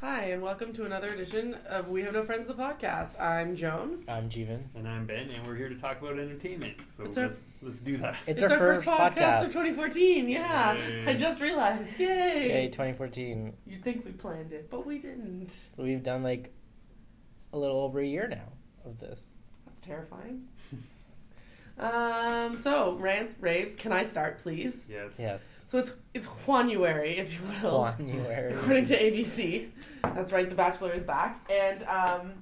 Hi, and welcome to another edition of We Have No Friends, the podcast. I'm Joan. I'm Jeevan. And I'm Ben, and we're here to talk about entertainment. So It's let's, our- let's do that. It's, our, first, of podcast. 2014. Yeah, Yay. I just realized. Yay. Yay, 2014. You'd think we planned it, but we didn't. So we've done like a little over a year now of this. That's terrifying. um, so rants, raves. Can I start, please? Yes. Yes. So it's it's January, if you will. January. according to ABC. That's right, The Bachelor is back. And um,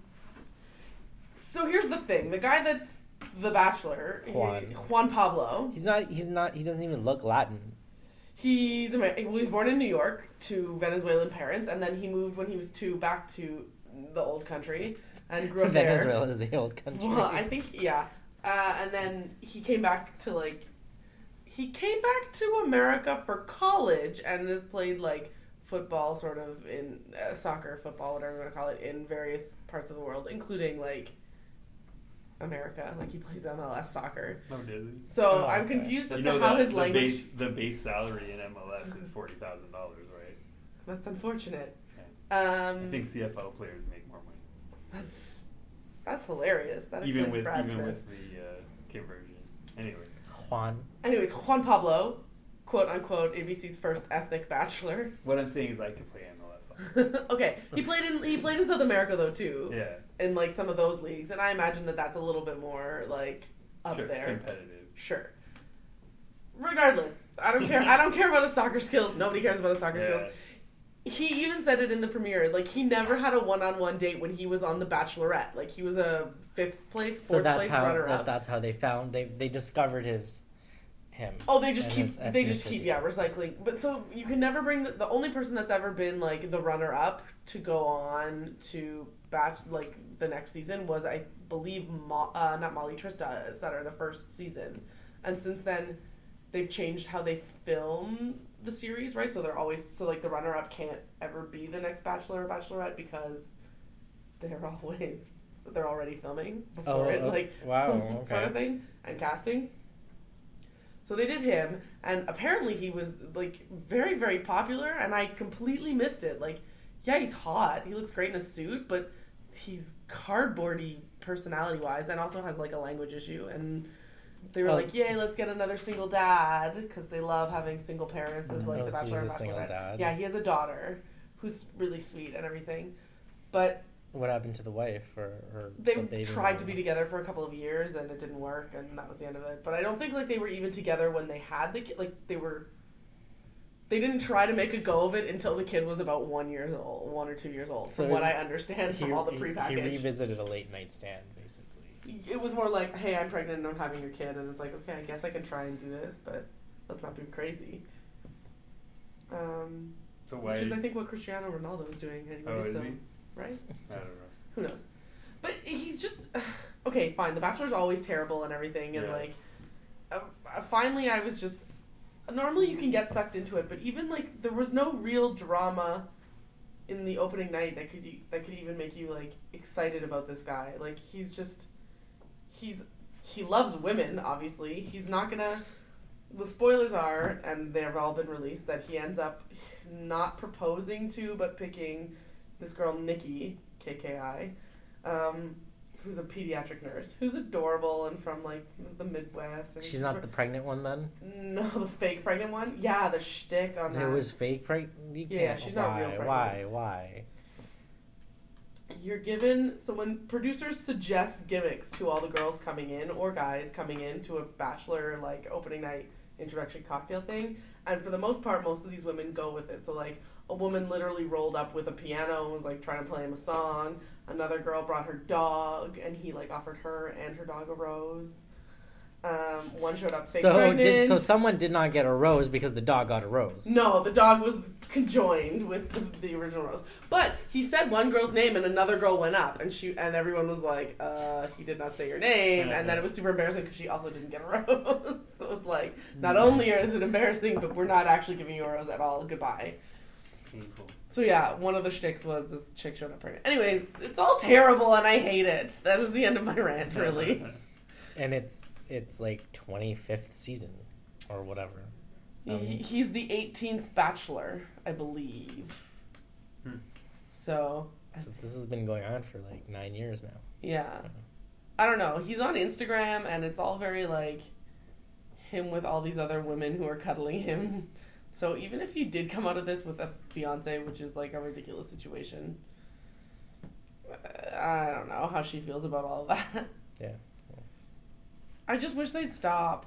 so here's the thing: the guy that's The Bachelor, he- Juan. Juan Pablo. He's not. He's not. He doesn't even look Latin. He's Amer- well, he was born in New York to Venezuelan parents, and then he moved when he was two back to the old country and grew up there. Venezuela is the old country. Well, I think yeah. Uh, and then he came back to like he came back to America for college and has played like football sort of in uh, soccer, football, whatever you want to call it, in various parts of the world, including like America. Like he plays MLS soccer. No, did So Oh, I'm okay. confused as you to know how the, his the language. Base, the base salary in MLS is forty thousand dollars, right? That's unfortunate. Um, I think CFL players make more money, that's that's hilarious. That even explains with Brad even Smith. with the uh, conversion. Anyway, Juan. Anyways, Juan Pablo, quote unquote, ABC's first ethnic bachelor. what I'm saying is I could play MLS. soccer. okay, he played in he played in South America though too, Yeah, in like some of those leagues, and I imagine that that's a little bit more like up sure, there. competitive. Sure. Regardless, I don't care. I don't care about his soccer skills. Nobody cares about his soccer skills. Yeah. He even said it in the premiere. Like he never had a one-on-one date when he was on The Bachelorette. Like he was a fifth place, fourth So that's place how. That, runner-up. that's how they found. They they discovered his, him. Oh, they just And keep his they just keep ethnicity. yeah recycling. But so you can never bring the, the only person that's ever been like the runner up to go on to batch like the next season was I believe Mo, uh, not Molly Trista Sutter the first season, and since then they've changed how they film the series right. So they're always so like the runner up can't ever be the next Bachelor or Bachelorette because they're always they're already filming Oh, before it oh, like wow. sort of Okay. thing and casting. So they did him, and apparently he was like very very popular, and I completely missed it. Like, yeah, he's hot. He looks great in a suit, but he's cardboardy personality wise, and also has like a language issue. And they were Oh. like, "Yay, let's get another single dad," because they love having single parents as like Oh, the so he's bachelor and a single bachelorette. dad. Yeah, he has a daughter who's really sweet and everything, but What happened to the wife or, or they the baby tried to be mama? together for a couple of years and it didn't work and that was the end of it but i don't think like they were even together when they had the kid like they were they didn't try to make a go of it until the kid was about one years old one or two years old So from what is- i understand He, from all the he- prepackaged he revisited a late night stand, basically. it was more like hey i'm pregnant and i'm having your kid and it's like okay i guess i can try and do this but let's not be crazy um, So why? which is i think what cristiano ronaldo was doing anyway oh, is so he? right I don't know. who knows? But he's just okay. Fine, The Bachelor's always terrible and everything, and Yeah. like, uh, uh, finally, I was just. Normally, you can get sucked into it, but even like there was no real drama in the opening night that could e- that could even make you like excited about this guy. Like he's just he's he loves women. Obviously, he's not gonna. The spoilers are, and they have all been released, that he ends up not proposing to, but picking this girl Nikki KKI, um, who's a pediatric nurse, who's adorable and from like the Midwest. And She's not the pregnant one then. no the fake pregnant one. Yeah, the shtick on There that. was fake pregnant. you Yeah, can't- she's not real why, pregnant. Why? Why? You're given so when producers suggest gimmicks to all the girls coming in or guys coming in to a bachelor like opening night introduction cocktail thing, and for the most part, most of these women go with it. So like a woman literally rolled up with a piano and was like trying to play him a song. Another girl brought her dog, and he like offered her and her dog a rose. Um, one showed up fake So pregnant. did so someone did not get a rose because the dog got a rose. No, the dog was conjoined with the, the original rose. But he said one girl's name, and another girl went up, and she and everyone was like, "Uh, he did not say your name." And then it was super embarrassing because she also didn't get a rose. so it was like, not only is it embarrassing, but we're not actually giving you a rose at all. Goodbye. Painful. So yeah, one of the shticks was this chick showed up pregnant. Anyways, it's all terrible, and I hate it. That is the end of my rant, really. And it's it's like twenty fifth season or whatever. He- Um, He's the 18th bachelor, I believe. Hmm. So So this has been going on for like nine years now. yeah, I don't know. He's on Instagram, and it's all very like him with all these other women who are cuddling him. So even if you did come out of this with a fiance, which is like a ridiculous situation, uh, I don't know how she feels about all of that. Yeah. I just wish they'd stop.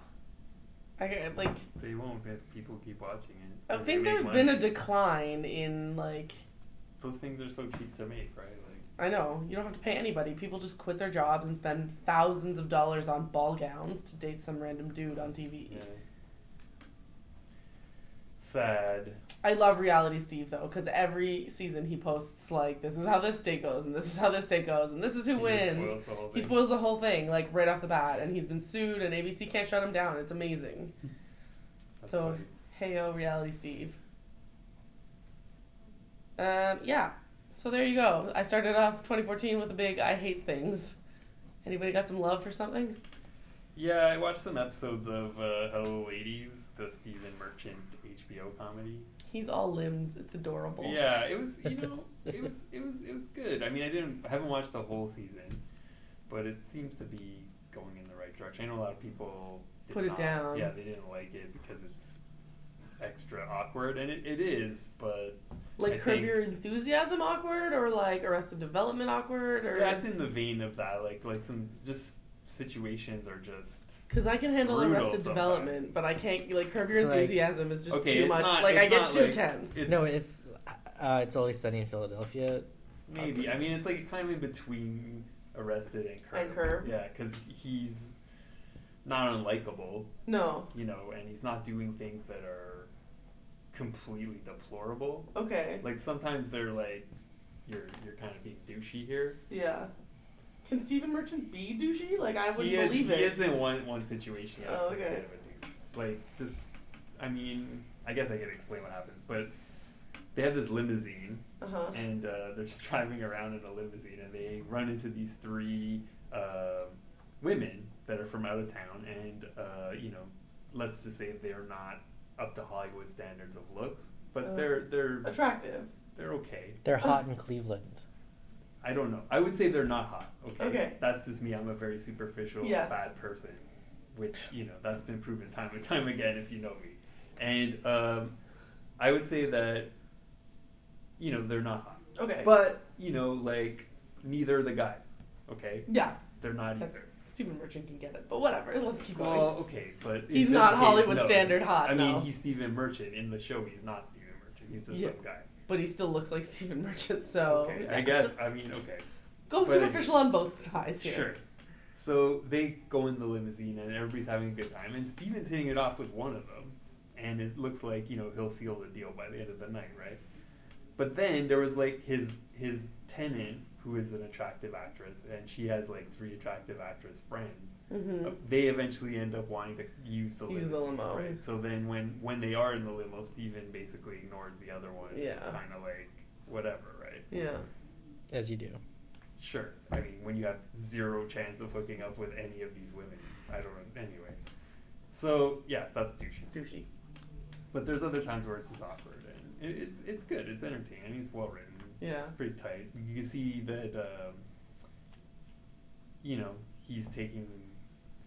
I like. They won't, but people keep watching it. I They think make there's money. been a decline in like Those things are so cheap to make, right? Like, I know you don't have to pay anybody. People just quit their jobs and spend thousands of dollars on ball gowns to date some random dude on TV. yeah. Sad. I love reality Steve though because every season he posts like this is how this date goes and this is how this date goes and this is who He just wins. spoiled the whole He thing. spoils the whole thing like right off the bat and he's been sued and ABC can't shut him down. It's amazing. That's So funny. hey oh reality Steve. Um, yeah. So there you go. I started off 2014 with a big I hate things. Anybody got some love for something? Yeah, I watched some episodes of uh, Hello Ladies, the Stephen Merchant HBO comedy. He's all limbs. It's adorable. Yeah, it was you know it was it was it was good. I mean, I didn't I haven't watched the whole season, but it seems to be going in the right direction. I know a lot of people did Put it not- down. Yeah, they didn't like it because it's extra awkward, and it, it is. But Like I Curb think- Your Enthusiasm awkward or like Arrested Development awkward or that's in the vein of that. Like like some just situations are just Cuz I can handle Brutal Arrested sometimes. Development, but I can't like Curb Your It's like- Enthusiasm is just Okay, too it's much. not- like it's I get not too like- tense. it's- no, it's uh, it's always sunny in Philadelphia. Maybe. I mean, it's like kind of in between arrested and curb. And Curb. Yeah, because he's not unlikable, no. you know, and he's not doing things that are completely deplorable. Okay. Like sometimes they're like, you're you're kind of being douchey here. Yeah. Can Stephen Merchant be douchey? Like I wouldn't he is believe he it. is in one one situation. That's Oh, like a okay. bit of a douche. Like just, I mean, I guess I could explain what happens, but they have this limousine. Uh-huh. and uh, they're just driving around in a limousine, and they run into these three uh, women that are from out of town, and uh, you know, let's just say they are not up to Hollywood standards of looks, but Oh. they're they're Attractive. they're okay. They're hot in Cleveland. I don't know. I would say they're not hot. Okay, Okay. that's just me. I'm a very superficial Yes. bad person, which you know that's been proven time and time again if you know me. And um, I would say that you know they're not hot. Okay. But you know, like neither are the guys. Okay, yeah, they're not That- either. Stephen Merchant can get it. But whatever. Let's keep going. Well, okay, but in He's this not case, Hollywood no. standard hot, I no. mean, he's Stephen Merchant in the show. He's not Stephen Merchant. He's just Yeah. some guy. but he still looks like Stephen Merchant, so okay, yeah. I guess. I mean, okay, Go But anyway. superficial on both sides here. sure. So they go in the limousine and everybody's having a good time, and Steven's hitting it off with one of them, and it looks like you know he'll seal the deal by the end of the night, right? But then there was like his his tenant who is an attractive actress, and she has like three attractive actress friends. uh, Mm-hmm. Oh. they eventually end up wanting to use the Use the limousine, limo. Right? So then when when they are in the limo, Steven basically ignores the other one. Yeah. Kind of like whatever, right? Yeah. As you do. Sure. I mean, when you have zero chance of hooking up with any of these women, I don't know. Anyway, so yeah, that's douchey. Douchey. But there's other times where it's just awkward, and it, it's it's good. It's entertaining. I mean, it's well written. Yeah. It's pretty tight. You can see that, um, you know, he's taking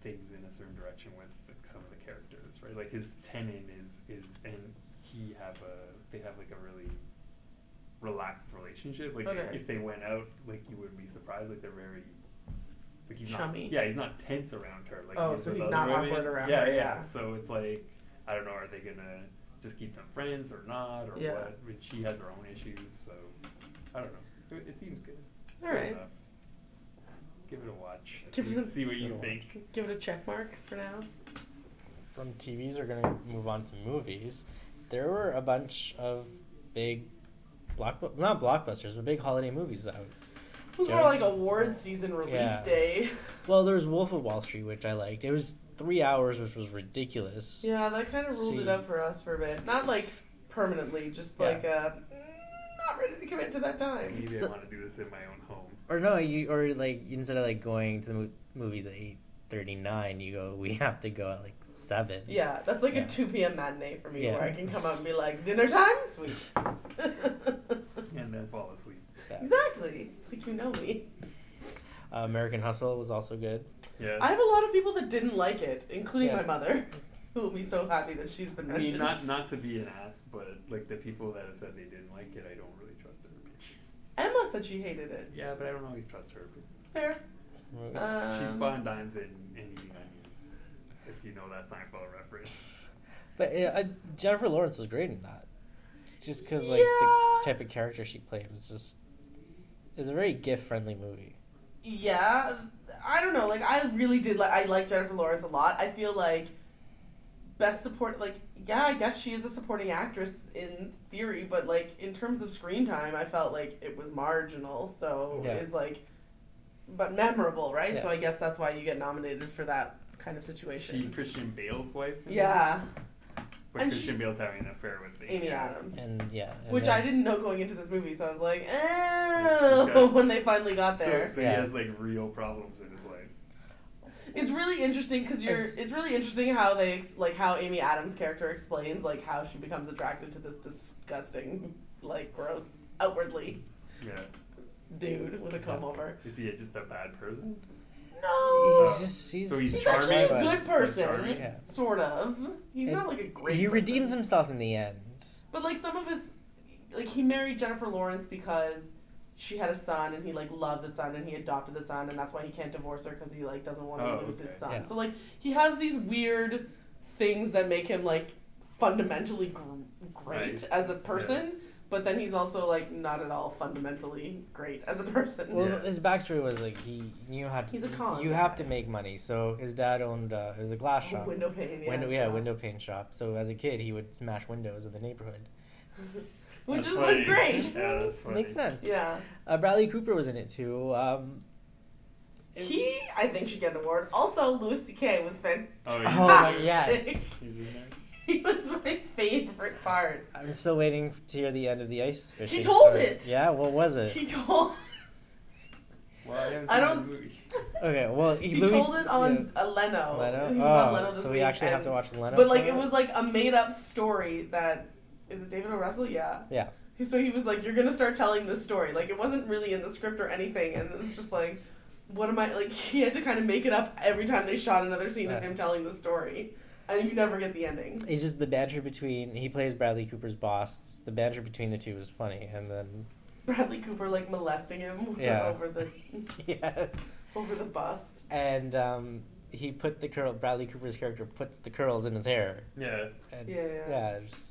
things in a certain direction with like, some of the characters, right? Like his tenant is is, and he have a they have like a really relaxed relationship. Like Okay. if they went out, like you would be surprised. Like they're very. Like he's Chummy. not, yeah, he's not tense around her. Like Oh, he is so with he's other not women. awkward around yeah, her, Yeah, yeah. So it's like, I don't know, are they gonna just keep them friends or not or Yeah. what? I mean, she has her own issues, so I don't know. It, it seems good. All Good right. enough. Give it a watch. Give it a- See what Give it you a think. Give it a check mark for now. From TVs, we're gonna move on to movies. There were a bunch of big block not blockbusters, but big holiday movies out. It was Yeah. more like award season release Yeah. day. Well, there was Wolf of Wall Street, which I liked. It was three hours, which was ridiculous. Yeah, that kind of ruled it See. up for us for a bit. Not like permanently, just Yeah. like uh, not ready to commit to that time. Maybe So- I want to do this in my own home. Or no, you or like instead of like going to the mo- movies at eight thirty nine, you go. We have to go at like seven. Yeah, that's like Yeah. a 2 p.m. matinee for me Yeah. where I can come out and be like, dinner time? Sweet. And then fall asleep. Yeah. Exactly. It's like you know me. Uh, American Hustle was also good. Yeah. I have a lot of people that didn't like it, including Yeah. my mother, who will be so happy that she's been I mean, mentioned. not not to be an ass, but like the people that have said they didn't like it, I don't really trust their opinion. Emma said she hated it. Yeah, but I don't always trust her opinion. Fair. Um, She's spotting dimes and, and eating onions. If you know that Seinfeld reference. But uh, I- Jennifer Lawrence was great in that. Just because like Yeah. the type of character she played was just it's a very gift friendly movie. Yeah, I don't know. Like, I really did like. I like Jennifer Lawrence a lot. I feel like best support. Like, yeah, I guess she is a supporting actress in theory, but like in terms of screen time, I felt like it was marginal. So Yeah. it's like, but memorable, right? So Yeah. I guess that's why you get nominated for that kind of She's situation. Christian Bale's wife. in yeah, this, But and Christian she's- Bale's having an affair with the Amy Adams. And yeah. and Which then- I didn't know going into this movie, so I was like, Yeah. oh, when they finally got So, there. so he Yeah. has like real problems in his life. It's really interesting because you're. It's- It's, really interesting how they ex- like how Amy Adams' character explains like how she becomes attracted to this disgusting, like gross, outwardly Yeah. dude with a comb over. Is he just a bad person? No, he's just he's, So he's she's charming, actually a but- good person, charming. Yeah. sort of. He's And not like a great. he person. redeems himself in the end. But like some of his, like he married Jennifer Lawrence because she had a son and he like loved the son and he adopted the son and that's why he can't divorce her because he like doesn't want to Oh, lose okay. his son. Yeah. So like he has these weird things that make him like fundamentally gr- great Right. as a person. But then he's also like not at all fundamentally great as a person. Well, Yeah. his backstory was like he knew how to. He's a con. You have to make money. So his dad owned uh, it was a glass shop. window pane, yeah, window, yeah, glass. window pane shop. So as a kid, he would smash windows in the neighborhood. which That's is funny. like great. Yeah, that's funny. Makes sense. Yeah, Uh, Bradley Cooper was in it too. Um, he I think should get an award. Also, Louis C.K. was Oh, fantastic. he's Oh, in there. yes. He's in there. He was my favorite part. I'm still waiting to hear the end of the ice fishing. told story. it! Yeah, what was it? He told. Well, I haven't I seen don't- the movie. Okay, well, He, Louis- told it on uh, Leno. yeah, Leno. He was oh, on Leno this so we week, actually have and- to watch Leno. But like, for it that? was like a made-up story that is it David O. Russell? Yeah. Yeah. He- So he was like, "You're gonna start telling this story." Like it wasn't really in the script or anything, and it was just like, "What am I?" Like he had to kind of make it up every time they shot another scene of Yeah. him telling the story, and you never get the ending. It's just the banter between he plays Bradley Cooper's boss. The banter between the two is funny, and then Bradley Cooper like molesting him Yeah. over the yes, over the bust. and um, he put the curl. Bradley Cooper's character puts the curls in his hair. Yeah. And, Yeah, yeah. it's just-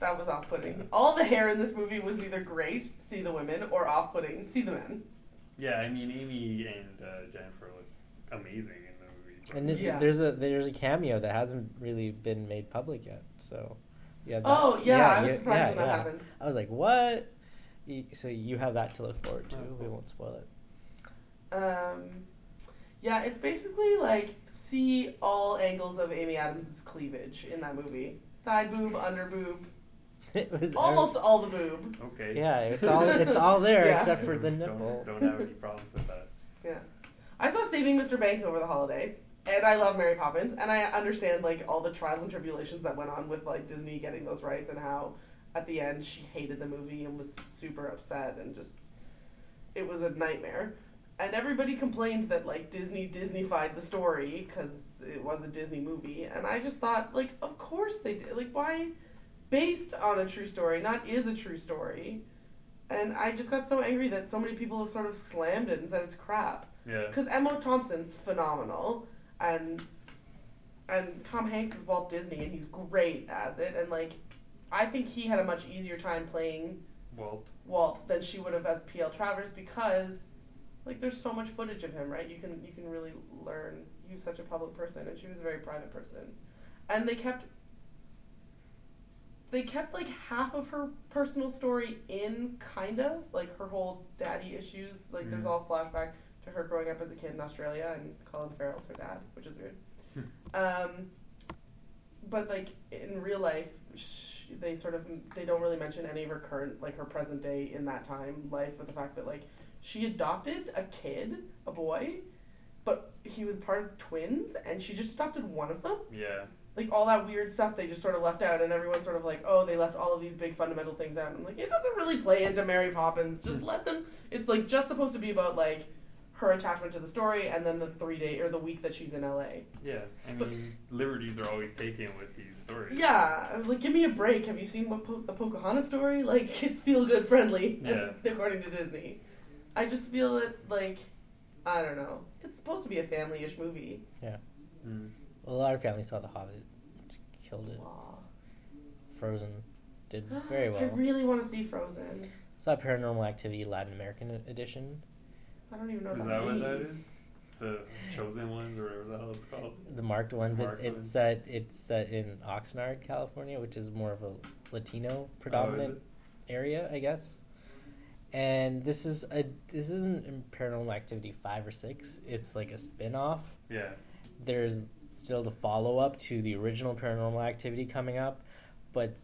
That was off-putting. All the hair in this movie was either great, see the women, or off-putting, see the men. Yeah, I mean, Amy and uh, Jennifer look amazing in the movie. but- and th- Yeah. there's a there's a cameo that hasn't really been made public yet. So yeah. That, Oh yeah, I was yeah, surprised yeah, when that yeah. happened. I was like, what? You, so you have that to look forward to. Oh, We cool. won't spoil it. Um, yeah, it's basically like see all angles of Amy Adams' cleavage in that movie. Side boob, under boob, it was almost all the boob. okay. Yeah, it's all it's all there Yeah. except for the Don't- nipple. Don't, have any problems with that. Yeah, I saw Saving Mr. Banks over the holiday, and I love Mary Poppins, and I understand like all the trials and tribulations that went on with like Disney getting those rights and how at the end she hated the movie and was super upset and just it was a nightmare. And everybody complained that like Disney Disneyfied the story because it was a Disney movie, and I just thought like, of course they did. Like, why? Based on a true story, not is a true story. And I just got so angry that so many people have sort of slammed it and said it's crap. Yeah. Because Emma Thompson's phenomenal, and and Tom Hanks is Walt Disney, and he's great as it. And like, I think he had a much easier time playing Walt. Walt than she would have as P.L. Travers because, like, there's so much footage of him, right? You can you can really learn. He was such a public person, and she was a very private person, and they kept. They kept like half of her personal story in, kind of like her whole daddy issues. Like there's Mhm. all flashback to her growing up as a kid in Australia, and Colin Farrell's her dad, which is weird. Um, but like in real life, sh they sort of they don't really mention any of her current like her present day in that time life with the fact that like she adopted a kid, a boy, but he was part of twins, and she just adopted one of them. Yeah. like all that weird stuff they just sort of left out, and everyone's sort of like, oh, they left all of these big fundamental things out. And I'm like, it doesn't really play into Mary Poppins. Just Hmm. let them. It's like just supposed to be about like her attachment to the story, and then the three day or the week that she's in L.A. Yeah, I But- mean, liberties are always taken with these stories. Yeah, I was like, give me a break. Have you seen what po- the Pocahontas story? Like, it's feel good friendly, Yeah. according to Disney. I just feel it like, I don't know. It's supposed to be a family ish movie. Mm. A lot of families saw The Hobbit, which killed it. Aw. Frozen did very I well. really want to see Frozen. saw Paranormal Activity Latin American e- edition. I don't even know Is what that what that means. is? The chosen ones, or whatever the hell it's called. The marked ones. Marked it, ones. it's set. It's set in Oxnard, California, which is more of a Latino predominant Oh, area, I guess. And this is a this isn't in Paranormal Activity five or six. It's like a spin off. Yeah. There's still the follow up to the original Paranormal Activity coming up, but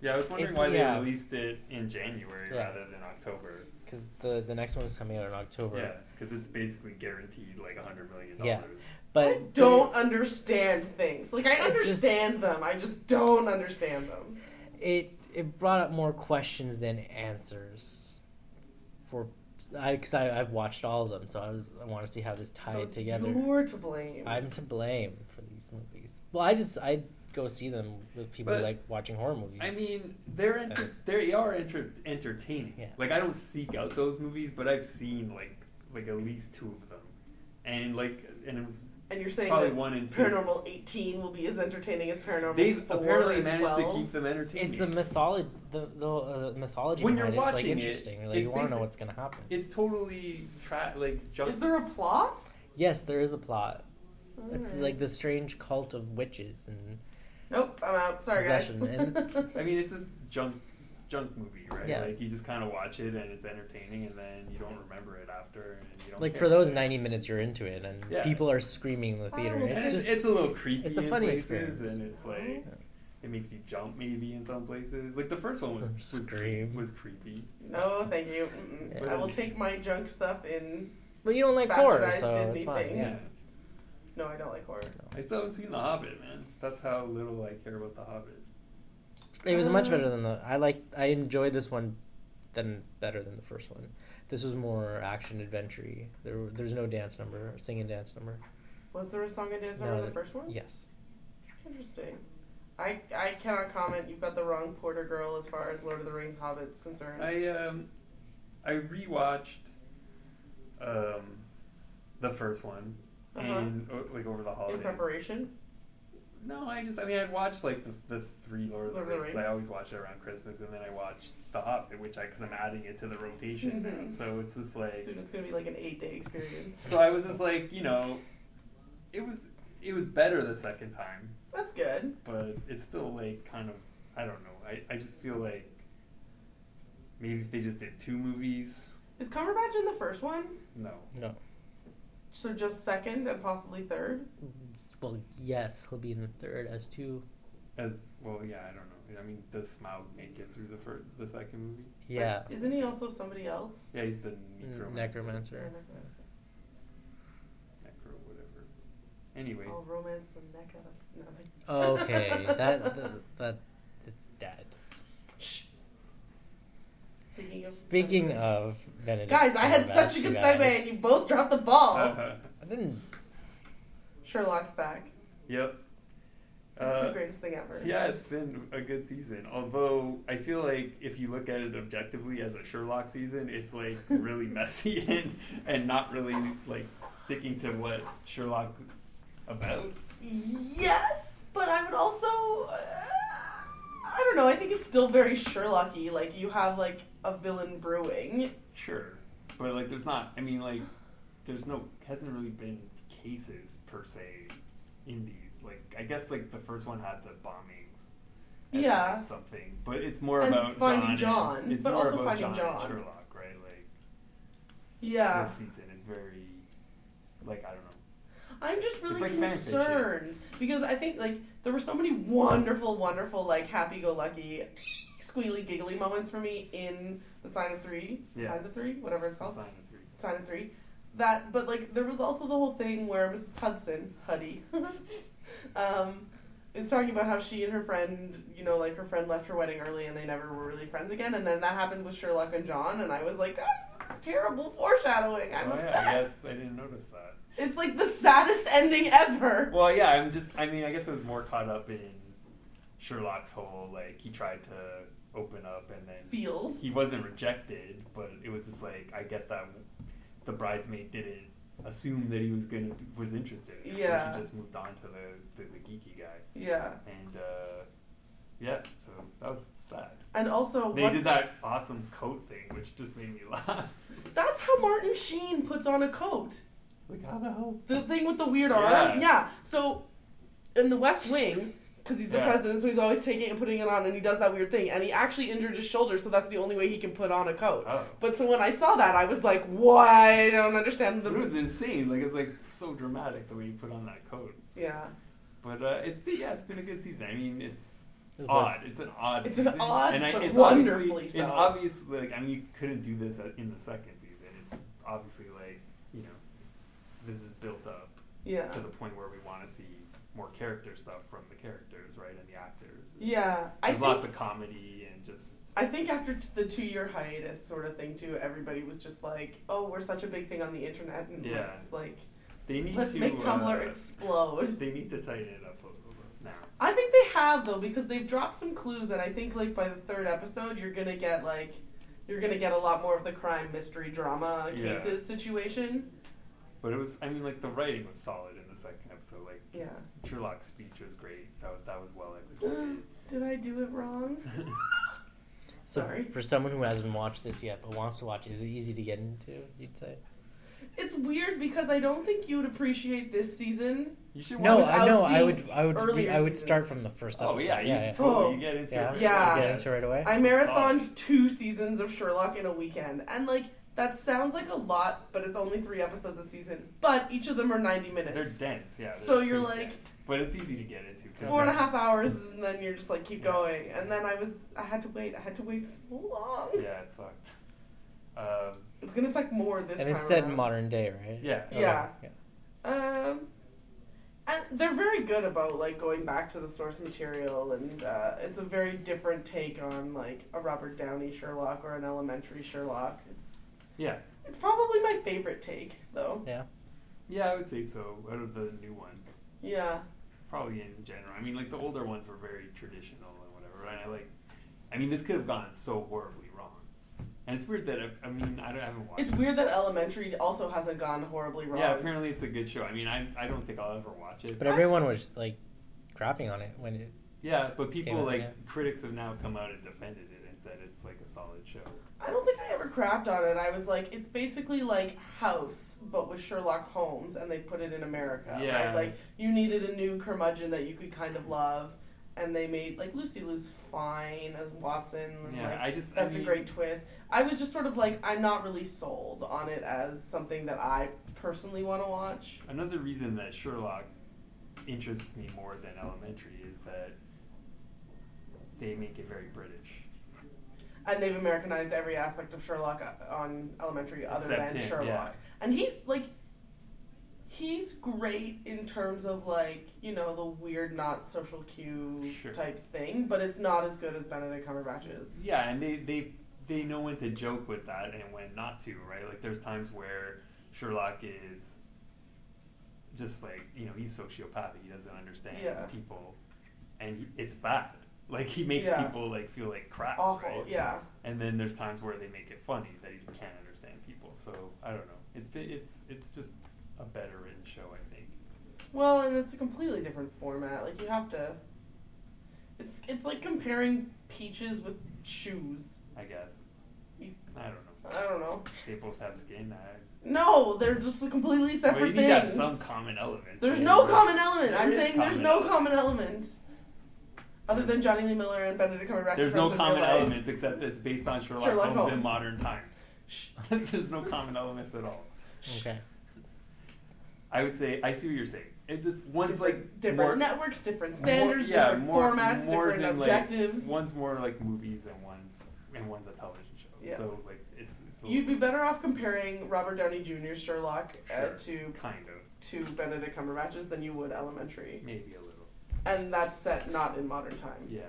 Yeah, I was wondering It's- why yeah. they released it in January Yeah. rather than October. because the the next one is coming out in October. Yeah, because it's basically guaranteed like a hundred million Yeah. dollars. But I don't understand things. Like I It just- understand them. I just don't understand them. it it brought up more questions than answers for I because I, I've watched all of them, so I was I want to see how this tied so it's together. You're to blame. I'm to blame for these movies. Well, I just I go see them with people who But- like watching horror movies. I mean, they're enter- they are enter- entertaining. Yeah. Like I don't seek out those movies, but I've seen like like at least two of them, and like and it was and you're saying probably that one and two. Paranormal 18 will be as entertaining as Paranormal. They've 4 apparently as managed well. to keep them entertaining. it's a mythology. The, the uh, mythology When behind it, you're it's like watching it, interesting. like it's you want to know basic- what's gonna happen. it's totally tra- like Is junk. there a plot? yes, there is a plot. It's Alright. like the strange cult of witches and Nope, I'm out. Sorry, guys. Possession, and- I mean, it's just junk junk movie, right? Yeah. Like you just kind of watch it and it's entertaining, and then you don't remember it after, and you don't like care. for those 90 minutes you're into it and Yeah. people are screaming in the theater. Oh, And It's it's, just it's a little creepy. it's a in funny places, experience. and it's like it makes you jump maybe in some places. Like the first one was was Scream. creepy. Was creepy. no, thank you. Mm-mm. Yeah. I will take my junk stuff in. But you don't like horror, Bastardized so Disney it's fine. things. Yeah. No, I don't like horror. I still haven't seen The Hobbit, man. That's how little I care about The Hobbit. It was much Um, better than the. I like. I enjoyed this one, than better than the first one. This was more action adventure. There, were- there's no dance number, or singing dance number. Was there a song and dance No, number in the that- first one? Yes, Interesting. I, I cannot comment. You've got the wrong Porter girl as far as Lord of the Rings Hobbit's concerned. I um, I rewatched um, the first one, Uh-huh. and o- like over the in holidays. preparation. No, I just I mean I'd watched like the, the three Lord of the Lord of the Rings. I Rings. always watch it around Christmas, and then I watched The Hobbit, which I because I'm adding it to the rotation now. Mhm. So it's just like Soon it's going to be like an eight day experience. So I was just like, you know, it was it was better the second time, That's good. but it's still like kind of I don't know. I, I just feel like maybe if they just did two movies, Is Cumberbatch in the first one? no. no. So just second and possibly third? Well, yes, he'll be in the third as two. As well, yeah, I don't know. I mean, does Smaug make it through the first, the second movie? Yeah, Isn't he also somebody else? Yeah, he's the necromancer. necromancer. Necro whatever. Anyway, All romance Oh, and neck out of nothing. Okay, that, that that it's dead. Speaking of. Speaking of Benedict, Guys, I had Cumberbatch, such a you good guys. segue and you both dropped the ball. Uh-huh. I didn't. Sherlock's back. yep. That's Uh, the greatest thing ever. Yeah, it's been a good season. Although I feel like if you look at it objectively as a Sherlock season, it's like really messy and and not really like sticking to what Sherlock about. Yes, but I would also. Uh, I don't know. I think it's still very Sherlocky. Like you have like a villain brewing. Sure, but like there's not. I mean, like there's no hasn't really been cases per se in these. Like I guess like the first one had the bombings. as, Yeah. like, something, but it's more And about finding John. and- John, it's but more also about finding John, John. And Sherlock, right? Like Yeah, this season is very like I don't know. I'm just really It's like fan fiction. concerned because I think like there were so many wonderful, wonderful like happy-go-lucky, squealy giggly moments for me in the Sign of Three, Yeah. Signs of Three, whatever it's called, Sign of three. Sign of Three. That, but like there was also the whole thing where Mrs. Hudson, Huddy, um, is talking about how she and her friend, you know, like her friend left her wedding early and they never were really friends again. And then that happened with Sherlock and John, and I was like, oh, this is terrible foreshadowing. I'm oh, upset. yeah, I guess I didn't notice that. It's like the saddest ending ever. Well, yeah, I'm just. I mean, I guess I was more caught up in Sherlock's whole like he tried to open up and then Feels. he wasn't rejected, but it was just like I guess that the bridesmaid didn't assume that he was gonna was interested. in her, Yeah. so she just moved on to the to the geeky guy, Yeah. and uh, yeah, so that was sad. And also, They Oh, what's- did that awesome coat thing, which just made me laugh. that's how Martin Sheen puts on a coat. like how the hell? The thing with the weird Yeah. arm. Yeah. So, in the West Wing, because he's the Yeah. president, so he's always taking it and putting it on, and he does that weird thing. And he actually injured his shoulder, so that's the only way he can put on a coat. Oh. But so when I saw that, I was like, "Why? I don't understand It was the." insane. Like it's like so dramatic the way you put on that coat. Yeah. But uh, it's been yeah, it's been a good season. I mean, it's It was like- odd. It's an odd. It's an season. odd, and I, but it's wonderfully obviously, so. It's obviously like I mean, you couldn't do this at- in the second season. It's obviously like you know, this is built up Yeah. to the point where we want to see more character stuff from the characters, right, and the actors. Yeah. I There's think, lots of comedy and just I think after t- the two-year hiatus sort of thing too, everybody was just like, "Oh, we're such a big thing on the internet, and Yeah. let's like they need let's to make Tumblr uh, explode." They need to tighten it up a little bit now. I think they have though because they've dropped some clues, and I think like by the third episode, you're gonna get like you're gonna get a lot more of the crime mystery drama Yeah. cases situation. But it was I mean like the writing was solid in the second episode. Like Yeah. Sherlock's speech was great. That was, that was well executed. Uh, Did I do it wrong? So Sorry. for someone who hasn't watched this yet but wants to watch, is it easy to get into? You'd say. It's weird because I don't think you would appreciate this season. you should No, watch I Without know. I seeing would. I would. re- earlier I would start seasons. from the first episode. Oh yeah, you yeah. totally Oh. you get into Yeah. it. Yeah. Get into it right away. I Solid. marathoned two seasons of Sherlock in a weekend, and like that sounds like a lot, but it's only three episodes a season. But each of them are ninety minutes. They're dense, yeah. they're So you're pretty like- dense. but it's easy to get into. 'cause four and a it's- half hours and then you're just like keep Yeah. going and then i was i had to wait i had to wait so long Yeah, it sucked. Um, it's gonna suck more this And time it's set in around. modern day, right? Yeah. Okay, Yeah. yeah. um and they're very good about like going back to the source material and uh, it's a very different take on like a robert downey sherlock or an elementary sherlock it's yeah, it's probably my favorite take though Yeah. yeah, I would say so. Out of the new ones, yeah probably in general. I mean, like the older ones were very traditional and whatever. And I like, I mean, this could have gone so horribly wrong. And it's weird that I, I mean, I, don't, I haven't watched. it's it. weird that elementary also hasn't gone horribly wrong Yeah, apparently it's a good show. I mean, I I don't think I'll ever watch it. But everyone was like crapping on it when it. yeah, but Came people out, like yeah. critics have now come out and defended it and said it's like a solid show. I don't think I ever crapped on it. I was like, it's basically like House, but with Sherlock Holmes, and they put it in America. Yeah. Right? Like, you needed a new curmudgeon that you could kind of love, and they made, like, Lucy Lou's fine as Watson. and, Yeah, like, I just I that's mean, a great twist. I was just sort of like, I'm not really sold on it as something that I personally want to watch. Another reason that Sherlock interests me more than Elementary is that they make it very British. And they've Americanized every aspect of Sherlock uh, on Elementary other Except than him, Sherlock. yeah. And he's like, he's great in terms of like, you know, the weird, not social cue Sure. type thing, but it's not as good as Benedict Cumberbatch is. Yeah, and they they they know when to joke with that and when not to, right? Like there's times where Sherlock is just like you know he's sociopathic. He doesn't understand Yeah. people, and he, it's bad. Like he makes Yeah. people like feel like crap. Awful, right? yeah. and then there's times where they make it funny that you can't understand people. So I don't know. It's been, it's it's just a better written show, I think. Well, and it's a completely different format. Like you have to. It's it's like comparing peaches with shoes. I guess. You- I don't know. I don't know. They both have skin. I, No, they're just completely but you separate need things. to have some common elements. There's Yeah. no common element. I'm There is saying there's common no element. common element. Other than Johnny Lee Miller and Benedict Cumberbatch. There's in no terms of real common life. elements except it's based on Sherlock, Sherlock Holmes, in Holmes. modern times. Shh. There's no common elements at all. Okay. I would say I see what you're saying. It just one's Different- like different more, networks, different more- standards, yeah, different more- formats, more as different in, like, objectives. one's more like movies and one's and one's a television show. Yeah. So like it's, it's a You'd be little- better off comparing Robert Downey Jr.'s Sherlock uh, Sure. to kind of to Benedict Cumberbatch's than you would Elementary. maybe a little. and that's set not in modern times. Yeah.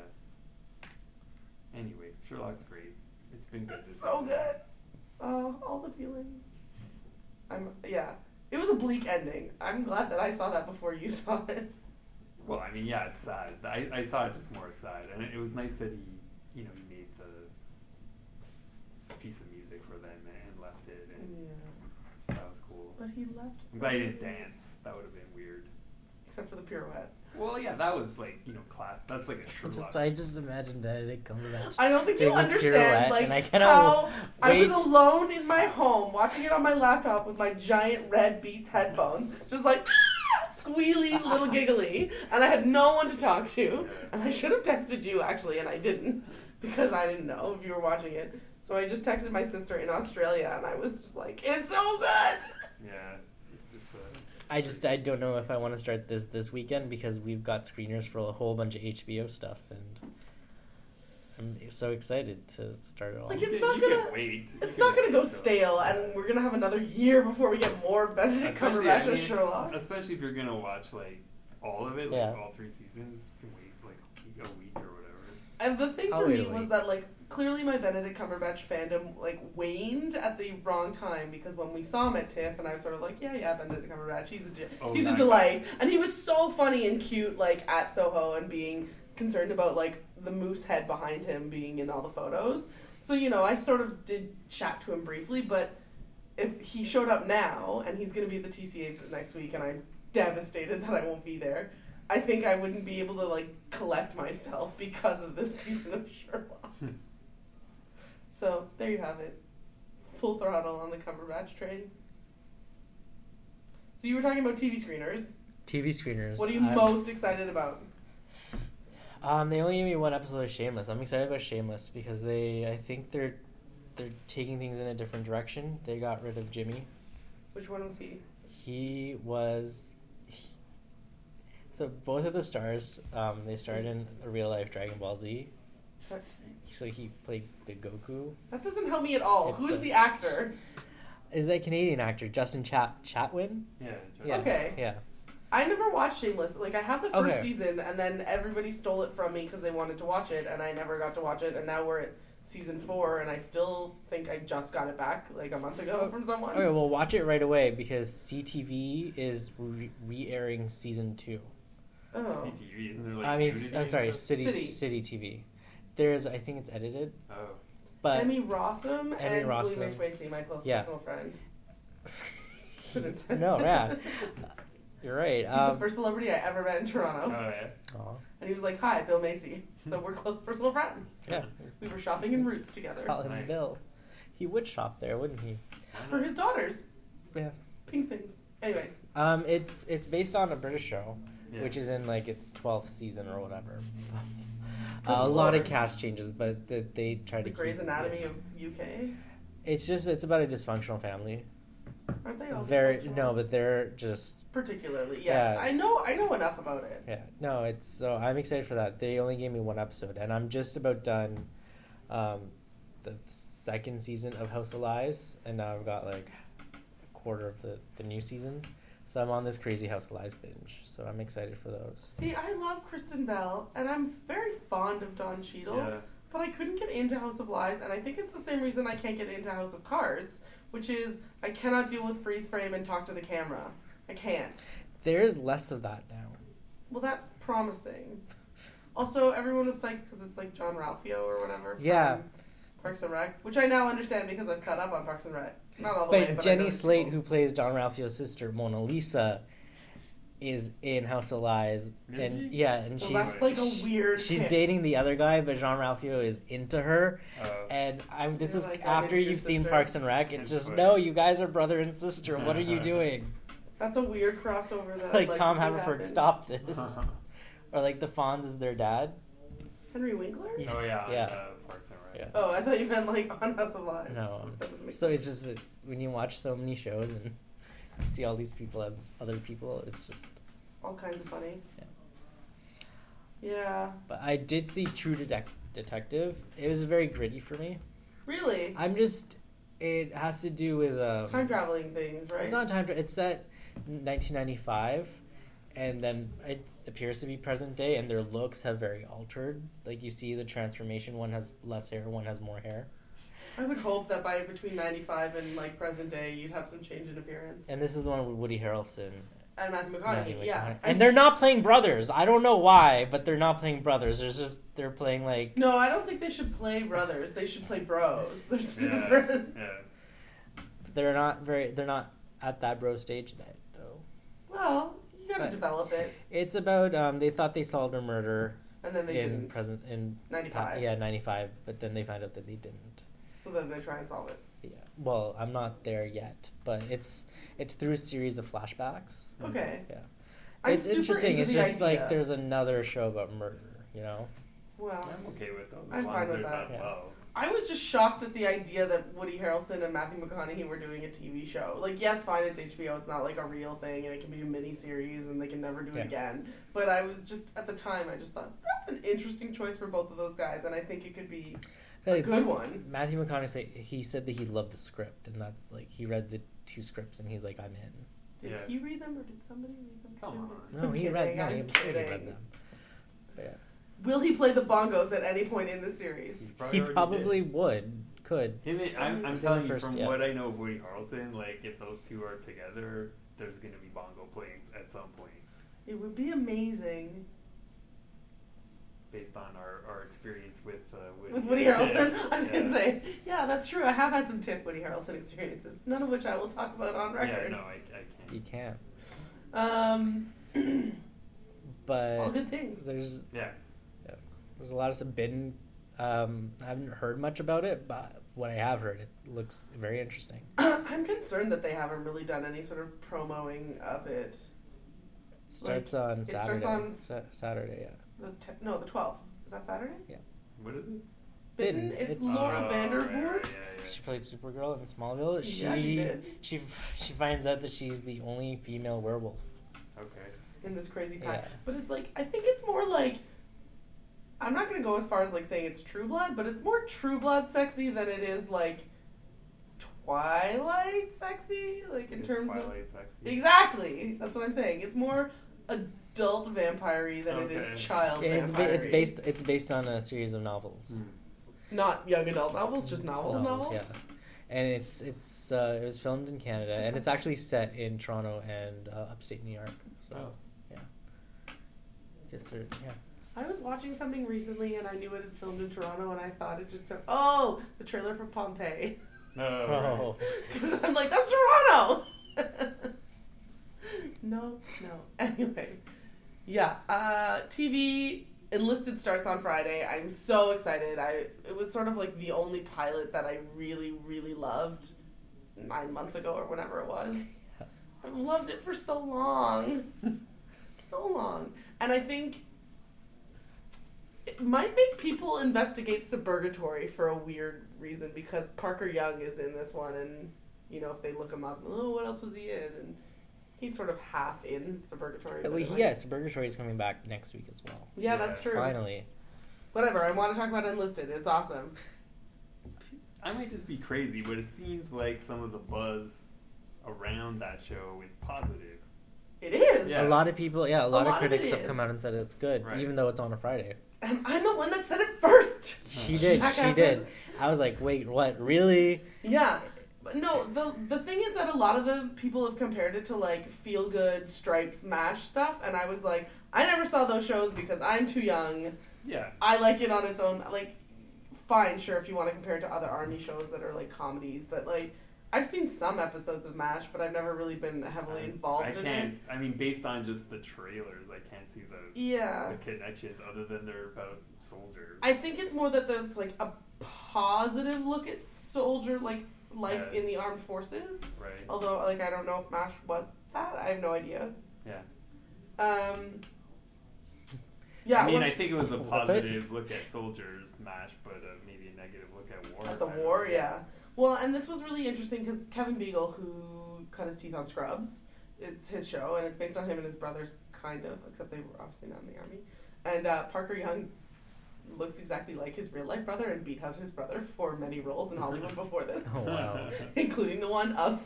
Anyway, Sherlock's great. It's been good. It's this so season. good. Oh, all the feelings. I'm yeah. It was a bleak ending. I'm glad that I saw that before you saw it. Well, I mean, yeah, it's sad. I, I saw it just more as sad, and it, it was nice that he, you know, he made the piece of music for them and left it, Mm. and that was cool. But he left. I'm glad he didn't dance. That would have been weird. Except for the pirouette. Well, yeah, that was like you know, class. That's like a I Sherlock. just, I just imagined Benedict Cumberbatch. I don't think doing you a pirouette, understand like and I how cannot I was wait. alone in my home watching it on my laptop with my giant red Beats headphones, just like squealy little giggly, and I had no one to talk to. And I should have texted you actually, and I didn't because I didn't know if you were watching it. So I just texted my sister in Australia, and I was just like, "It's so good." yeah, it's, it's a, I just I don't know if I want to start this this weekend because we've got screeners for a whole bunch of HBO stuff and I'm so excited to start it all. Like you it's can- not you can gonna- wait. You It's can not gonna wait go till- stale, and we're gonna have another year before we get more Benedict Especially, Cumberbatch I as mean, Sherlock. Especially if you're gonna watch like all of it, like Yeah. all three seasons, you can wait like a week or whatever. And the thing Oh, for me really? was that like clearly my Benedict Cumberbatch fandom like waned at the wrong time because when we saw him at TIFF and I was sort of like, yeah, yeah, Benedict Cumberbatch, he's a ge- Oh, he's a nice. delight, and he was so funny and cute like at Soho and being concerned about like the moose head behind him being in all the photos. So you know, I sort of did chat to him briefly, but if he showed up now and he's going to be at the TCA for next week and I'm devastated that I won't be there, I think I wouldn't be able to like collect myself because of this season of Sherlock. so there you have it, full throttle on the Cumberbatch train. So you were talking about TV screeners. TV screeners. What are you I'm- most excited about? Um, they only gave me one episode of Shameless. I'm excited about Shameless because they I think they're they're taking things in a different direction. They got rid of Jimmy. Which one was he? He was. he- so both of the stars, um, they starred in the real life Dragon Ball Z. That- So he played the Goku. That doesn't help me at all. It Who's does. the actor? Is that Canadian actor Justin Chat Chatwin? Yeah. Yeah. Okay. Yeah. I never watched Shameless. Like I had the first Okay. season, and then everybody stole it from me because they wanted to watch it, and I never got to watch it. And now we're at season four, and I still think I just got it back like a month ago from someone. Oh, Okay, well, watch it right away because CTV is re- re-airing season two. Oh. CTV, isn't there like? I mean, nudity I'm and sorry, stuff? City City. City, TV. There's, I think it's edited, Oh. but Emmy Rossum and Rossum. Willie Rich Macy, my close Yeah. personal friend. Coincidence. no, yeah, you're right. He's the Um, first celebrity I ever met in Oh Toronto, yeah. aw, and he was like, "Hi, Bill Macy." So we're close personal friends. yeah, We were shopping in Roots together call him Nice. Bill. He would shop there, wouldn't he? Why for not? his daughters, Yeah. pink things. Anyway, Um, it's it's based on a British show, Yeah. which is in like its 12th season or whatever. Good a lot of lord. cast changes, but the, they try to. the Grey's keep- Anatomy of UK. It's just it's about a dysfunctional family. Aren't they all Very dysfunctional? no, but they're just particularly yes Yeah. i know i know enough about it yeah no. It's so I'm excited for that. They only gave me one episode, and I'm just about done. Um, the second season of House of Lies, and now I've got like a quarter of the the new season. So I'm on this crazy House of Lies binge. So I'm excited for those. see i love kristen bell and i'm very fond of don Cheadle, Yeah. but i couldn't get into house of lies and i think it's the same reason i can't get into house of cards which is i cannot deal with freeze frame and talk to the camera i can't There is less of that now. well that's promising also everyone was psyched because it's like john ralphio or whatever from Yeah. parks and rec which i now understand because i've caught up on parks and rec not all the But way but I know Jenny the Slate, people. who plays John Ralphio's sister, Mona Lisa, is in House of Lies, Is and she? yeah, and Well, she's that's like a weird She's pick. dating the other guy, but John Ralphio is into her, Oh. and I'm. This You're is like, I'm after into your you've seen sister. Parks and Rec. It's It's just funny. no, you guys are brother and sister. What are you doing? that's a weird crossover that I'd like like Tom to see Haverford, happen. stop this, or like the Fonz is their dad. henry winkler Oh yeah. Yeah. Uh, Parks and Rec. Yeah. Oh, I thought you meant like on House of Lies. No, That doesn't make so sense. it's just it's when you watch so many shows and you see all these people as other people, it's just. all kinds of funny. Yeah. Yeah. But I did see True Detec- Detective. It was very gritty for me. Really? I'm just. It has to do with um, Time traveling things, right? Not time. Tra- it's set 1995, and then it appears to be present day, and their looks have very altered. Like you see the transformation. One has less hair. One has more hair. I would hope that by between 95 and like present day, you'd have some change in appearance. And this is the one with Woody Harrelson. And Matthew Matthew McConaughey, McConaughey. yeah. I'm And they're s- not playing brothers. I don't know why, but they're not playing brothers. There's just they're playing like No, I don't think they should play brothers. They should play bros. There's a Yeah, difference. yeah. they're not very they're not at that bro stage yet though. Well, you gotta But- develop it, It's about um they thought they solved a murder and then they in didn't. present in 95. yeah ninety five, but then they find out that they didn't. So then they try and solve it. So, yeah. Well, I'm not there yet, but it's it's through a series of flashbacks. Okay. Yeah. I'm it's super interesting. Into It's the just like idea. there's another show about murder. You know. Well, I'm okay with those. um, As I'm long fine as with they're that. not Yeah. low. I was just shocked at the idea that Woody Harrelson and Matthew McConaughey were doing a TV show. Like, yes, fine, it's HBO. It's not like a real thing, and it can be a mini series, and they can never do it Yeah. again. But I was just at the time, I just thought that's an interesting choice for both of those guys, and I think it could be a Like, good one. Matthew McConaughey say, he said that he loved the script, and that's like he read the two scripts, and he's like, I'm in. Did Yeah. he read them, or did somebody read them? Come to him? on. No, I'm he read. kidding, No, I'm he, I'm sure he read kidding. them. But yeah. Will he play the bongos at any point in the series? He's he already probably did. would, could. Him and, I'm, I'm He's in telling the you, first, from yeah. what I know of Woody Harrelson, like if those two are together, there's gonna be bongo plays at some point, It would be amazing. based on our, our experience with uh, Woody, With Woody Yeah. Harrelson, I was Yeah. gonna say, yeah, that's true. I have had some tiff Woody Harrelson experiences, none of which I will talk about on Yeah, record. no, I, I You can't. can't. Um, all But good things. there's Yeah, there's a lot of some been. Um, I haven't heard much about it, but what I have heard, it looks very interesting. I'm concerned that they haven't really done any sort of promoing of it. It starts on it starts Saturday. on- Sa- Saturday, yeah. The te- no, the 12th. Is that Saturday? what is it? Bitten. Bitten, It's, it's- Laura Oh, Vandervoort. right, yeah, She yeah. played Supergirl in Smallville. She Yeah, she did. she she finds out that she's the only female werewolf. Okay. in this crazy pack. Yeah. But it's like I think it's more like I'm not gonna go as far as like saying it's True Blood, but it's more True Blood sexy than it is like Twilight sexy. Like in Is terms of Twilight sexy? exactly that's what I'm saying. It's more adult vampire-y than it Okay. is child Yeah, it's, Oh, ba- vampire-y. it's based it's based on a series of novels. Hmm. not young adult novels, just novels, novels. Yeah, and it's it's uh, it was filmed in Canada, Just and it's like- actually set in Toronto and uh, upstate New York. So Oh. yeah, just sort of- yeah. I was watching something recently and I knew it had filmed in Toronto and I thought it just took, oh, the trailer for Pompeii. No. Oh, Because I'm like, that's Toronto! no, no. Anyway, yeah, uh, TV Enlisted starts on Friday. I'm so excited. I It was sort of like the only pilot that I really, really loved nine months ago or whenever it was. I've loved it for so long. so long. And I think it might make people investigate Suburgatory for a weird reason because Parker Young is in this one, and you know if they look him up, oh, what else was he in? And he's sort of half in Suburgatory. But but we- like- Uh, yes, Burgatory is coming back next week as well. Yeah, that's Yeah. true. Finally, Whatever. I want to talk about Enlisted. It's awesome. I might just be crazy, but it seems like some of the buzz around that show is positive. It is. Yeah. a lot of people, yeah, a lot, of lot of it critics have come is. out and said it's good, Right. even though it's on a Friday. And I'm the one that said it first. She did, Jackass she said did. I was like, wait, what? Really? Yeah. But no, the the thing is that a lot of the people have compared it to like feel good stripes mash stuff and I was like, I never saw those shows because I'm too young. Yeah. I like it on its own like fine, sure if you want to compare it to other army shows that are like comedies, but like I've seen some episodes of MASH, but I've never really been heavily I- involved I in can't. it. I mean, based on just the trailers, I can't see the, Yeah. the connections other than they're about soldiers. I think it's more that there's like a positive look at soldier like life Yeah. in the armed forces. right. Although, like, I don't know if MASH was that. I have no idea. Yeah. Um. Yeah. I mean, what- I think it was a That's it. positive look at soldiers, mash, but uh, maybe a negative look at war. at the I don't war, know. yeah. Well, and this was really interesting because Kevin Beagle, who cut his teeth on Scrubs, it's his show, and it's based on him and his brothers, kind of, except they were obviously not in the army. And uh, Parker Young looks exactly like his real life brother and beat out his brother for many roles in Hollywood before this. Oh wow. including the one of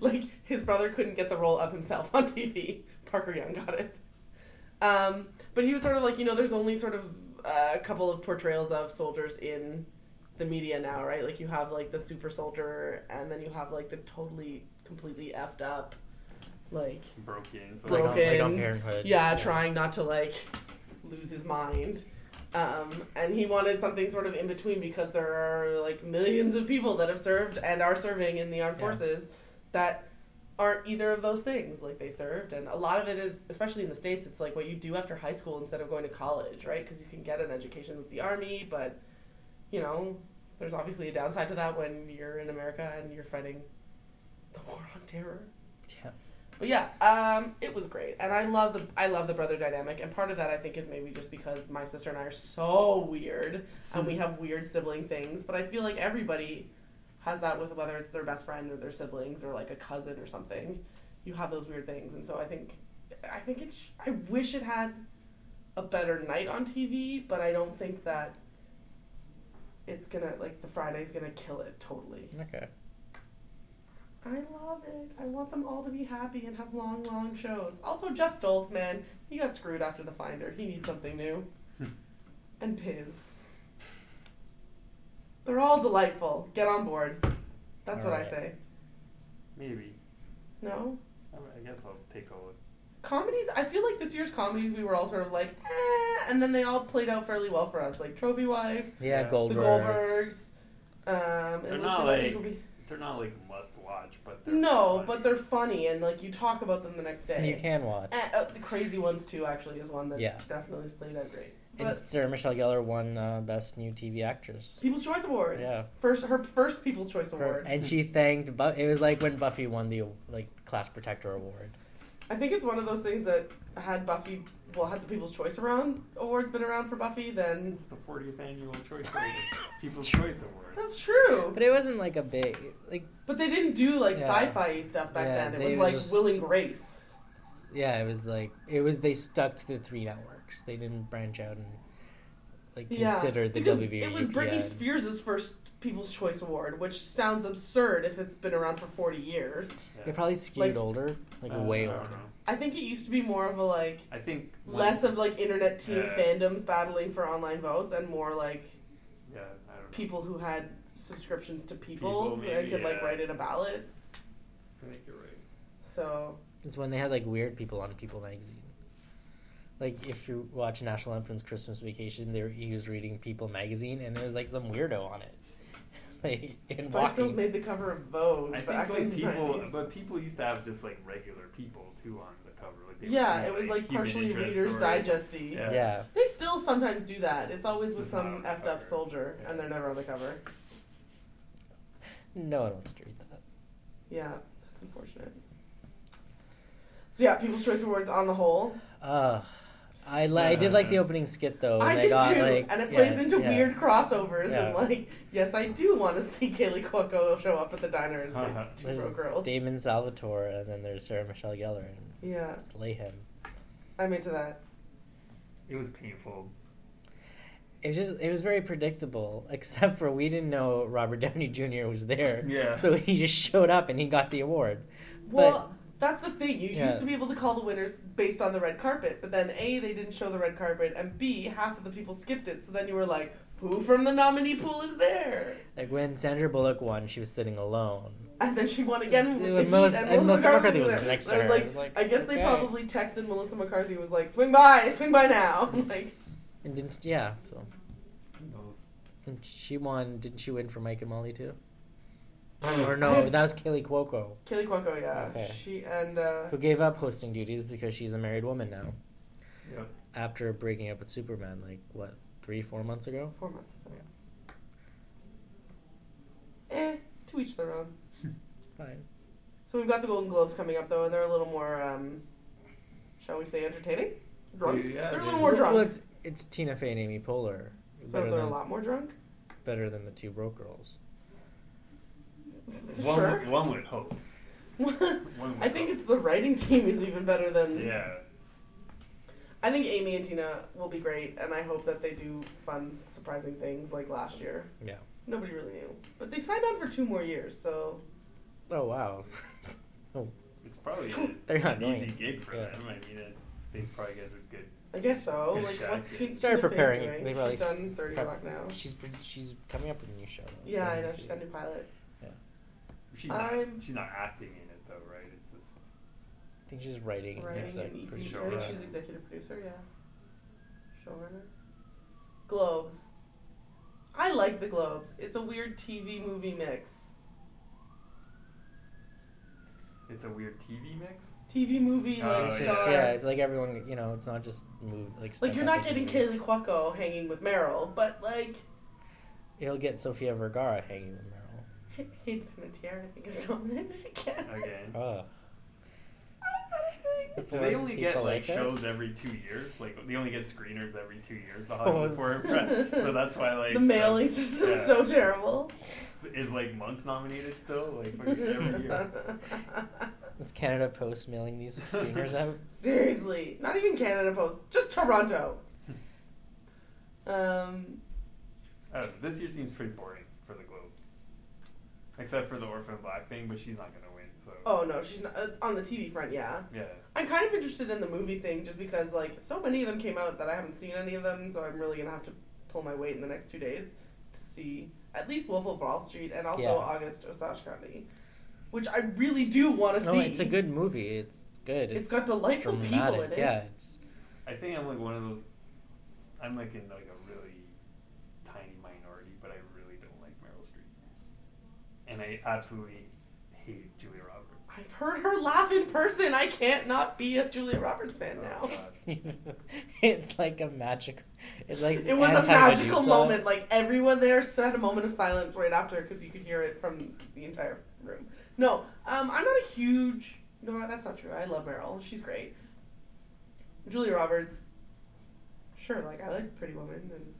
like his brother couldn't get the role of himself on TV. Parker Young got it. Um, but he was sort of like, you know, there's only sort of uh, a couple of portrayals of soldiers in the media now, right? Like you have like the super soldier, and then you have like the totally, completely effed up, like Broken. So Like on, Broken. like on Parenthood. yeah, trying not to like lose his mind. Um, and he wanted something sort of in between because there are like millions of people that have served and are serving in the armed Yeah. forces that aren't either of those things. Like they served, and a lot of it is, especially in the states, it's like what you do after high school instead of going to college, right? Because you can get an education with the army, but you know, there's obviously a downside to that when you're in America and you're fighting the war on terror. Yeah. But yeah, um, it was great, and I love the I love the brother dynamic, and part of that I think is maybe just because my sister and I are so weird, and we have weird sibling things. But I feel like everybody has that with whether it's their best friend or their siblings or like a cousin or something. You have those weird things, and so I think I think it. Sh- I wish it had a better night on TV, but I don't think that it's gonna like the Friday's gonna kill it totally. Okay. I love it. I want them all to be happy and have long, long shows. Also, Jeff Stoltz, man, he got screwed after The Finder. He needs something new. hmm, and Piz. They're all delightful. Get on board. That's what I Alright. say. Maybe. No? I I guess I'll take a look. Comedies, I feel like this year's comedies, we were all sort of like, eh, and then they all played out fairly well for us. Like Trophy Wife, Yeah, Yeah. The The Goldberg. Goldbergs. Um, They're and not Lucy like- Liu- They're not like must watch, but they're No, funny. but they're funny, and like you talk about them the next day. You can watch. Uh, oh, the crazy ones too. Actually, is one that Yeah. definitely is played out great. And But Sarah Michelle Gellar won uh, Best New TV Actress. People's Choice Awards. Yeah. First, her first People's Choice Her- Award. and she thanked. Bu- it was like when Buffy won the like Class Protector Award. I think it's one of those things that had Buffy, well, had the People's Choice around awards been around for Buffy, then It's the 40th annual Choice Award, People's Choice Award. that's true. But it wasn't like a big like But they didn't do like Yeah. sci-fi stuff back Yeah, then. It they was was like just- Will and Grace. yeah. It was like it was they stuck to the three networks. They didn't branch out and like Yeah. consider the E, Because WB. It was Britney Spears' first People's Choice Award, which sounds absurd if it's been around for forty years. It probably skewed Like- older, like Uh, way I older. don't know. I think it used to be more of a like I think when- less of like internet teen Yeah. fandoms battling for online votes and more like Yeah, I don't know. people who had subscriptions to People, people, who maybe, could like yeah. write in a ballot. I think you're right. So It's when they had like weird people on People magazine. Like if you watch National Lampoon's Christmas Vacation, they were, he was reading People magazine, and there was like some weirdo on it. like in Spice walking. Girls made the cover of Vogue. I but think like in the people, 90s. but people used to have just like regular people too on the cover. Like they would yeah, do, it was like human partially interest Reader's stories. Digesty. Yeah. yeah. They still sometimes do that. It's always It's with just not on some the effed up cover. soldier, Yeah. and they're never on the cover. No one wants to read that. Yeah, that's unfortunate. So yeah, People's Choice Awards on the whole. Uh, I li- I did like the Uh, opening skit though. I and did got, too, Oh like- and it yeah, plays into yeah. weird crossovers Yeah. and like, yes, I do want to see Kaylee Cuoco show up at the diner and play Uh-huh. two There's broke girls. Damon Salvatore, and then there's Sarah Michelle Gellar and Yeah, Slay him. I'm into that. It was painful. It was just it was very predictable, except for we didn't know Robert Downey Jr. was there. Yeah. So he just showed up and he got the award. Well, that's the thing. You Yeah. used to be able to call the winners based on the red carpet, but then A, they didn't show the red carpet, and B, half of the people skipped it. So then you were like, who from the nominee pool is there? Like when Sandra Bullock won, she was sitting alone. And then she won again. Yeah, with Melissa- Heat, and Melissa McCarthy was there. next to I was her. like- I was like, I guess they okay. probably texted Melissa McCarthy was like, swing by, swing by now. I'm like, And didn't yeah, so Who knows? and she won. Didn't she win for Mike and Molly too? Or no, that was Kaylee Cuoco Kaylee Cuoco, yeah. Okay. She and uh, who gave up hosting duties because she's a married woman now. Yeah. After breaking up with Superman, like what three, four months ago? four months. Ago. Eh, to each their own. Fine. So we've got the Golden Globes coming up though, and they're a little more, um, shall we say, entertaining. Drunk. Yeah, they're a they- little more drunk. Well, it's it's Tina Fey and Amy Poehler. so Better they're a than- lot more drunk. better than the two broke girls. One, sure. one would hope. One would I think hope. it's the writing team is even better than. Yeah. I think Amy and Tina will be great, and I hope that they do fun, surprising things like last year. Yeah. Nobody really knew, but they've signed on for two more years, so Oh wow. Oh. It's probably a- They're not an easy going. gig for Yeah. them. I mean, it's they probably get a good. I guess so. Good Like, shot, what's yeah. Tina Started Fey's preparing. doing? They've already She's done Thirty prep- Rock now. She's pre- she's coming up with a new show. though. Yeah, I know. This She's year. got a new pilot. She's not. I'm- she's not acting in it though, right? It's just. I think she's writing. Writing It's and like pretty EC. easy. sure. I think showrunner. she's executive producer. Yeah. Showrunner. Globes. I like the Globes. It's a weird TV movie mix. It's a weird TV mix. TV movie Oh, like Uh, it's star. just yeah, it's like everyone you know, it's not just move like Like stuck you're up not getting Kaylee movies. Cuoco hanging with Meryl, but like It'll get Sofia Vergara hanging with Meryl. Hayden Panettiere, I think is nominated again. Again. Oh. How is that a thing? Do For they only get people like like that? shows every two years? Like they only get screeners every two years. The For- Hollywood Foreign Press. So that's why like The so- mailing system is yeah. so terrible. is like Monk nominated still? Like fucking every year. Is Canada Post mailing these screeners out? Seriously, not even Canada Post, just Toronto. Um, I don't know. This year seems pretty boring for the Globes, except for the Orphan Black thing. But she's not gonna win. So. oh no, she's not uh, on the TV front. Yeah, Yeah. I'm kind of interested in the movie thing just because like so many of them came out that I haven't seen any of them, so I'm really gonna have to pull my weight in the next two days to see at least Wolf of Wall Street and also Yeah. August Osage County, which I really do want to No, see. Oh, it's a good movie. It's good. it's got delightful people in it. Yeah, it's I think I'm like one of those. I'm like in like a really tiny minority, but I really don't like Meryl Streep, and I absolutely hate Julia Roberts. I've heard her laugh in person. I can't not be a Julia Roberts fan now. Oh, God. it's like a magical. It's like It was a anti-Medusa. magical moment. Like everyone there had a moment of silence right after because you could hear it from the entire room. No, um, I'm not a huge. No, that's not true. I love Meryl. She's great. Julia Roberts. Sure, like I like Pretty Woman and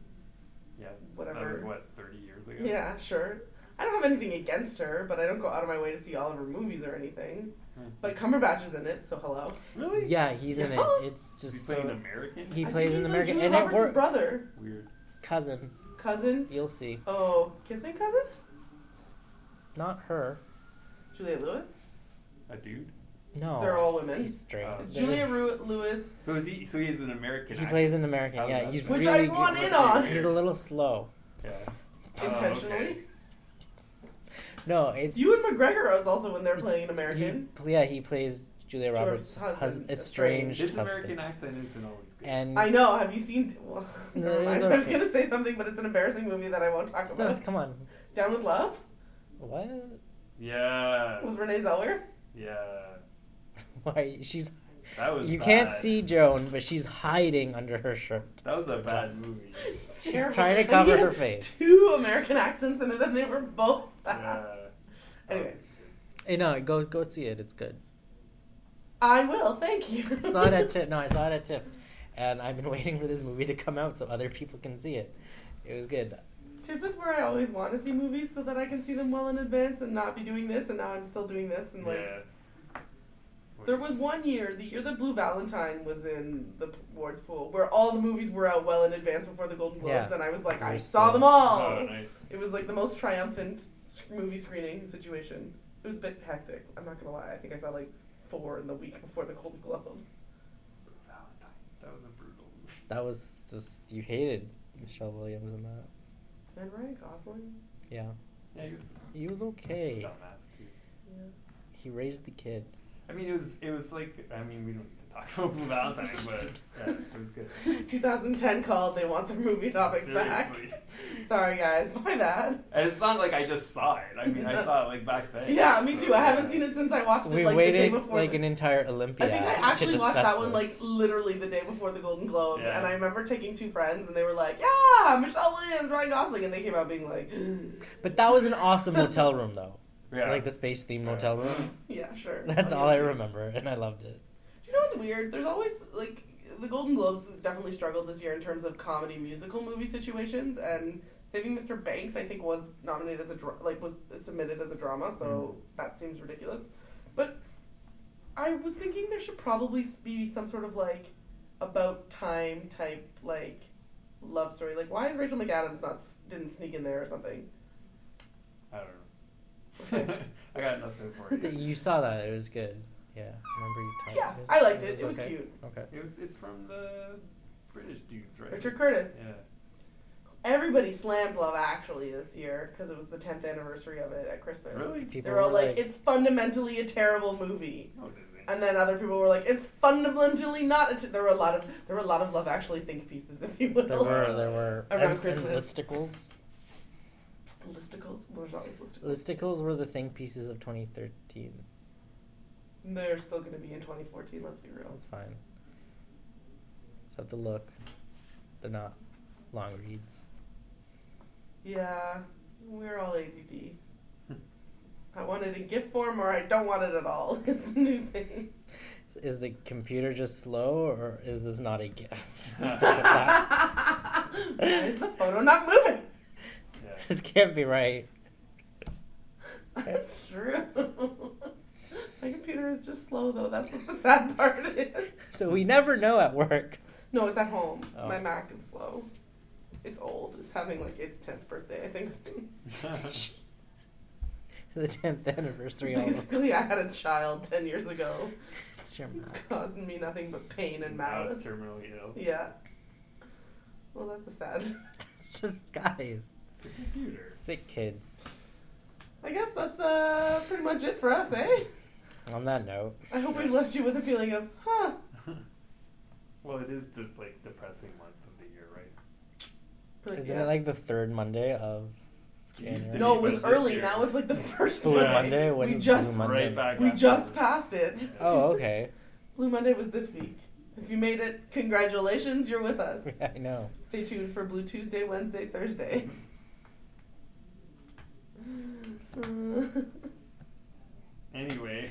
Yeah. That was whatever. what thirty years ago. Yeah, sure. I don't have anything against her, but I don't go out of my way to see all of her movies or anything. Hmm. But Cumberbatch is in it, so hello. Really? Yeah, he's in it. Yeah. It's He's just playing so American. he I think plays an plays American, Julia and it Roberts' worked. brother, Weird. cousin. cousin. You'll see. Oh, kissing cousin. Not her. Julia Lewis. A dude. No, They're all women. He's straight. Oh. It's Julia Ru- Lewis. So is he? So he's an American. He actor. plays an American. How's Yeah, that he's sound? Which I really. good- want Must in be on. weird. He's a little slow. Yeah. Oh, Intentionally. okay. No, it's You and McGregor is also when they're playing an American. He, yeah, he plays Julia George's Roberts' husband, husband, estranged estranged His American husband. accent isn't always good. And I know. Have you seen? Well, No, never it mind. was I was okay. gonna say something, but it's an embarrassing movie that I won't talk It's about. not- come on, Down with Love what? yeah. with Renee Zellweger. Yeah. Why she's That was. you can't bad. see Joan, but she's hiding under her shirt. That was a bad movie. She's Terrible. trying to And cover he had her face. Two American accents in it, and they were both bad. Yeah. That Anyway. was- Eh, no, go go see it. It's good. I will. Thank you. I saw it at TIFF. No, I saw it at TIFF, and I've been waiting for this movie to come out so other people can see it. It was good. Tip is where I always want to see movies so that I can see them well in advance and not be doing this, and now I'm still doing this. And like, Yeah. there was one year, the year that Blue Valentine was in the P- Ward's Pool, where all the movies were out well in advance before the Golden Globes, Yeah. and I was like, I You're saw so- them all. Oh, nice. It was like the most triumphant s- movie screening situation. It was a bit hectic. I'm not gonna lie. I think I saw like four in the week before the Golden Globes. Valentine. That was a brutal movie. That was just you hated Michelle Williams in that. And Ryan Gosling. Yeah, Yeah, he was he was a okay. dumbass too. Yeah. He raised the kid. I mean, it was it was like I mean we don't need to talk about Blue Valentine, but yeah, it was good. 2010 called. They want their movie topics back. Seriously. Sorry guys, my bad. And it's not like I just saw it. I mean, I saw it like back then. Yeah, me so, too. I haven't yeah. seen it since I watched it We like waited the day before. like the- an entire I Olympia. think I to actually discuss watched that one like this. literally the day before the Golden Globes, Yeah. and I remember taking two friends, and they were like, "Yeah, Michelle Williams, Ryan Gosling," and they came out being like, But that was an awesome motel room though. Yeah. Like the space themed Yeah. motel room. "Yeah, sure." That's I'll all I give it to you." remember, and I loved it. Do you know what's weird? There's always like the Golden Globes definitely struggled this year in terms of comedy musical movie situations, and Saving Mr. Banks I think was nominated as a dra- like was submitted as a drama, so that seems ridiculous. But I was thinking there should probably be some sort of like about time type like love story. Like why is Rachel McAdams not s- didn't sneak in there or something? I don't know. I got nothing for That you. You saw that; it was good. Yeah, remember you talked Yeah, it was- I liked it. It was okay. cute. Okay. It was. It's from the British dudes, right? Richard Curtis. Yeah. Everybody slammed Love Actually this year because it was the 10th anniversary of it at Christmas. Really? People They were all like, it's fundamentally a terrible movie. No, it isn't. And then other people were like, it's fundamentally not. A t-. There were a lot of there were a lot of Love Actually think pieces, if you will. there were there were Around and- and Christmas. listicles. listicles. Well, there's always listicles. Listicles were the thing pieces of 2013. They're still going to be in 2014. Let's be real. That's fine. Just have to look. They're not long reads. Yeah, we're all ADD. uh, I want it in gift form, or I don't want it at all. It's the new thing. Is- Is the computer just slow, or is this not a gift? this Why is the photo not moving? Yeah. can't be right. That's true. My computer is just slow, though. That's what the sad part is. So we never know at work. No, it's at home. Oh. My Mac is slow. It's old. It's having like its 10th birthday, I think. The 10th anniversary. all of- Basically, I had a child 10 years ago. It's your It's mouth. caused me nothing but pain and Now malice. it's terminally ill. Yeah. Well, that's a sad. It's Just guys. The computer. Sick kids. I guess that's uh, pretty much it for us, eh? On that note, I hope we left you with a feeling of, huh, well, it is the like depressing month of the year, right? But, isn't yeah. it like the third Monday of It used January? to no, it be, but was it's this early. year. Now it's like the first Blue Monday. Monday? When We is just Blue Monday? Right back. we after just the- passed it. Oh, okay. Blue Monday was this week. If you made it, congratulations, you're with us. I know. Stay tuned for Blue Tuesday, Wednesday, Thursday. Uh, Anyway.